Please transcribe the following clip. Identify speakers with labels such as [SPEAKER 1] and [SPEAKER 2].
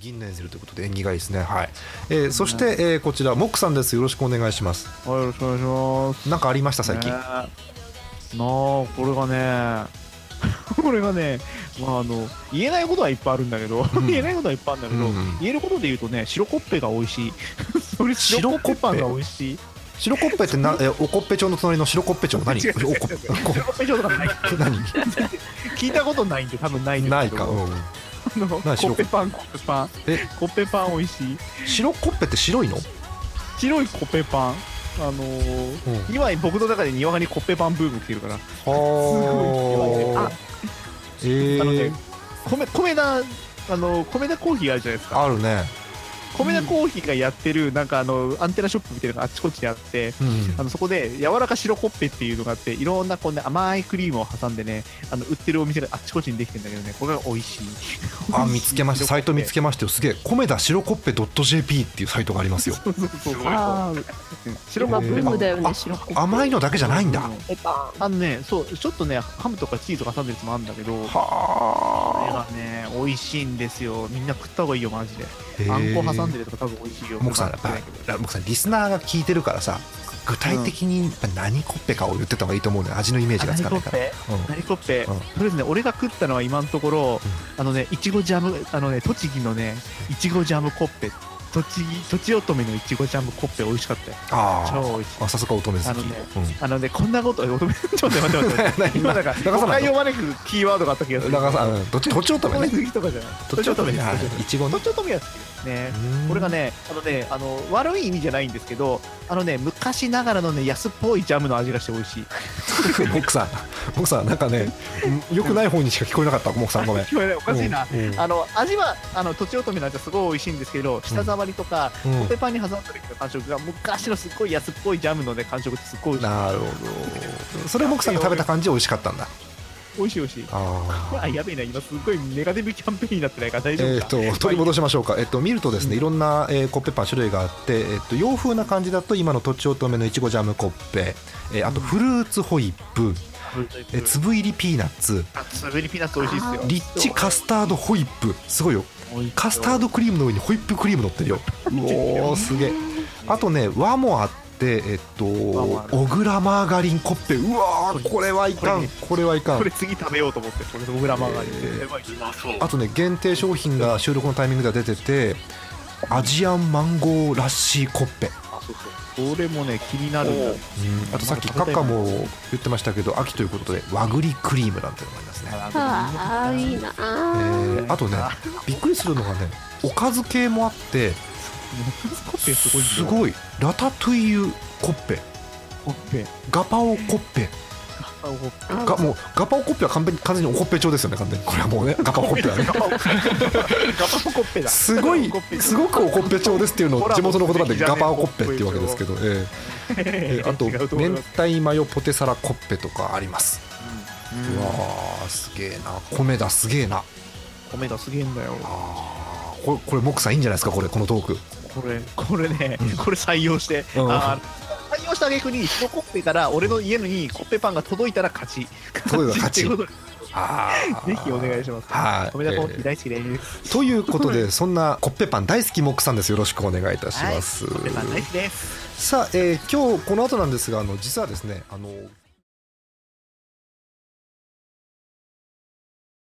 [SPEAKER 1] 銀年するということで縁起がいいですねはい、えーそして、えーこちらモックさんですよろしくお願いします
[SPEAKER 2] はい、よろしくお願いします。
[SPEAKER 1] なんかありました最近、
[SPEAKER 2] ねなあ、これがね、 これがね、まああの、言えないことはいっぱいあるんだけど、
[SPEAKER 1] ん
[SPEAKER 2] 言えないことはいっぱいあるんだけど、
[SPEAKER 1] うんうん
[SPEAKER 2] 言えることで言うとね、白コッペが美味しい。 それ
[SPEAKER 1] 白コ
[SPEAKER 2] 白コ
[SPEAKER 1] ッ
[SPEAKER 2] ッ
[SPEAKER 1] ペ
[SPEAKER 2] ペパンが美味しい。
[SPEAKER 1] 白コッペって な、えーおこっぺ町の隣の白コッペ町何
[SPEAKER 2] 違う違う違う
[SPEAKER 1] おこおこ
[SPEAKER 2] 白コッペ状とかない。
[SPEAKER 1] 何
[SPEAKER 2] 聞いたことないんで、多分ないんだ
[SPEAKER 1] な
[SPEAKER 2] け
[SPEAKER 1] い
[SPEAKER 2] ど
[SPEAKER 1] か、うん、
[SPEAKER 2] あのコ
[SPEAKER 1] ない白
[SPEAKER 2] ッペパン、コッペパン。
[SPEAKER 1] え
[SPEAKER 2] コッペパン美味しい。
[SPEAKER 1] 白コッペって白いの
[SPEAKER 2] 白いコッペパン。あのー
[SPEAKER 1] うん
[SPEAKER 2] 今僕の中でにわかにコッペパンブーム来てるから、
[SPEAKER 1] はあえ
[SPEAKER 2] あの
[SPEAKER 1] ー
[SPEAKER 2] ね、米米田あの米田コーヒーあるじゃないですか
[SPEAKER 1] あるね
[SPEAKER 2] 米田コーヒーがやってるなんかあのアンテナショップみたいなのがあっちこっちにあって
[SPEAKER 1] うん
[SPEAKER 2] あのそこで柔らか白コッペっていうのがあっていろんなこう、ね、甘いクリームを挟んでねあの売ってるお店があっちこっちにできてんだけどねこれが美味しい
[SPEAKER 1] あ見つけましたサイト見つけましたよすげえ米田白コッペ .jp っていうサイトがありますよ
[SPEAKER 2] そうそうそう
[SPEAKER 3] あ
[SPEAKER 2] うん白コッ
[SPEAKER 3] 今ブ
[SPEAKER 2] ペ、
[SPEAKER 3] ームだよ
[SPEAKER 1] あ
[SPEAKER 3] ね、白コッペ。
[SPEAKER 1] 甘いのだけじゃないんだ
[SPEAKER 2] うん
[SPEAKER 3] ペパ
[SPEAKER 2] あのねそうちょっとねハムとかチーズとか挟んでるやつもあるんだけどこれ
[SPEAKER 1] はあ
[SPEAKER 2] がね美味しいんですよみんな食った方がいいよマジであんこ挟んでるとか多分美味しいよ
[SPEAKER 1] もくさんやっ
[SPEAKER 2] 僕は
[SPEAKER 1] ぱ
[SPEAKER 2] 食ってないけど
[SPEAKER 1] もくさんリスナーが聞いてるからさ具体的にやっぱ何コッペかを言ってた方がいいと思うね味のイメージがつかないから
[SPEAKER 2] 何
[SPEAKER 1] うん
[SPEAKER 2] ナリコッペ、
[SPEAKER 1] うん
[SPEAKER 2] とりあえずね、俺が食ったのは今のところ、あのね、いちごジャム、あのね、栃木のね、いちごジャムコッペ、栃木、とちおとめのいちごジャムコッペ美味しかったよ。
[SPEAKER 1] あ
[SPEAKER 2] 超美味しい
[SPEAKER 1] ー。あさすが乙女好き
[SPEAKER 2] あのね
[SPEAKER 1] うん
[SPEAKER 2] あのね、こんなこと、乙女ちょっと待っ て待って待って。今なんか、
[SPEAKER 1] 流さない
[SPEAKER 2] 誤解を招くキーワードがあった気がする。
[SPEAKER 1] 長さうんどっちどっち乙
[SPEAKER 2] 乙
[SPEAKER 1] 女
[SPEAKER 2] 女
[SPEAKER 1] ね
[SPEAKER 2] 好きとかじゃない。
[SPEAKER 1] どっち乙女ね
[SPEAKER 2] と
[SPEAKER 1] はいいちごの
[SPEAKER 2] ちおとめが好き。ね。これがね、あのね、あの、悪い意味じゃないんですけど、あのね、昔ながらのね、安っぽいジャムの味がして美味しい。
[SPEAKER 1] モクさんモクさんなんかねよくない方にしか聞こえなかったモクさんごめん
[SPEAKER 2] 聞こえない、おかしいな。
[SPEAKER 1] うんうん
[SPEAKER 2] あの味はあのとちおとめの味はすごい美味しいんですけど舌触りとか、
[SPEAKER 1] うん
[SPEAKER 2] コッペパンに挟んだ時の感触が昔のすっごい安っぽいジャムのね感触ってすっごい美味しい
[SPEAKER 1] なるほどそれモクさんが食べた感じ美味しかったんだ
[SPEAKER 2] 美味しい美味しい
[SPEAKER 1] あ
[SPEAKER 2] これあやべえな今すっごいネガティブキャンペーンになってないから大丈
[SPEAKER 1] え
[SPEAKER 2] 夫
[SPEAKER 1] ー、
[SPEAKER 2] か、
[SPEAKER 1] と取り戻しましょうか、えっと見るとですね、いろんな、えーコッペパン種類があって、えっと洋風な感じだと今のとちおとめのいちごジャムコッペ、えーあとフルーツホイップ、えー粒入りピーナッツ
[SPEAKER 2] あつぶりピーナッツ美味しいっすよ
[SPEAKER 1] リッチカスタードホイップすごいよカスタードクリームの上にホイップクリーム乗ってるようおーすげえあとね和もあってえっと
[SPEAKER 2] 和もある
[SPEAKER 1] 小倉マーガリンコッペうわーこれはいか
[SPEAKER 2] これ
[SPEAKER 1] ん
[SPEAKER 2] ね
[SPEAKER 1] これはいかん
[SPEAKER 2] これ次食べようと思ってこれ僕らマガリン
[SPEAKER 1] えー
[SPEAKER 2] やばい
[SPEAKER 1] あとね限定商品が収録のタイミングでは出ててアジアンマンゴーラッシーコッペ、
[SPEAKER 2] これもね気になるんだ
[SPEAKER 1] あとさっきカカも言ってましたけど秋ということで和栗クリームなんていうのもありますね、
[SPEAKER 2] あ
[SPEAKER 3] ン。ああ、いいな。
[SPEAKER 1] え
[SPEAKER 3] あ
[SPEAKER 1] ーあとねびっくりするのがねおかず系もあって
[SPEAKER 2] コッペすごい
[SPEAKER 1] す
[SPEAKER 2] い
[SPEAKER 1] ごいラタトゥイユコッペ
[SPEAKER 2] コッペ
[SPEAKER 1] ガパオコッペ
[SPEAKER 2] あお
[SPEAKER 1] がもうガパオコッペは完全に完全におこっぺ調ですよね完全にこれはもうね ガパオコッペはね
[SPEAKER 2] ガパオガパオコッペだ
[SPEAKER 1] すごい
[SPEAKER 2] ガパオコッペ
[SPEAKER 1] すごくおこっぺ調ですっていうの を地元の言葉でガパオコッペっていうわけですけど、えーえーあ と
[SPEAKER 2] 違うと思い
[SPEAKER 1] 明
[SPEAKER 2] ます
[SPEAKER 1] 太マヨポテサラコッペとかあります、うわーすげえな米だすげえな
[SPEAKER 2] 米だすげえんだよ
[SPEAKER 1] あーこれこれモクさんいいんじゃないですかこれこのトーク
[SPEAKER 2] これこれね、これ採用して、
[SPEAKER 1] うん
[SPEAKER 2] あー採用した逆に一コッペから俺の家のにコッペパンが届いたら勝ち
[SPEAKER 1] 届いたら勝ち
[SPEAKER 2] っていうことで
[SPEAKER 1] あー
[SPEAKER 2] ぜひお願いします
[SPEAKER 1] はい
[SPEAKER 2] 米田コーヒ
[SPEAKER 1] え
[SPEAKER 2] ー大好きです、
[SPEAKER 1] ーということでそんなコッペパン大好きモクさんですよろしくお願いいたします、
[SPEAKER 2] はいコッペパン大好きです
[SPEAKER 1] さあ、えー今日この後なんですがあの実はですねあの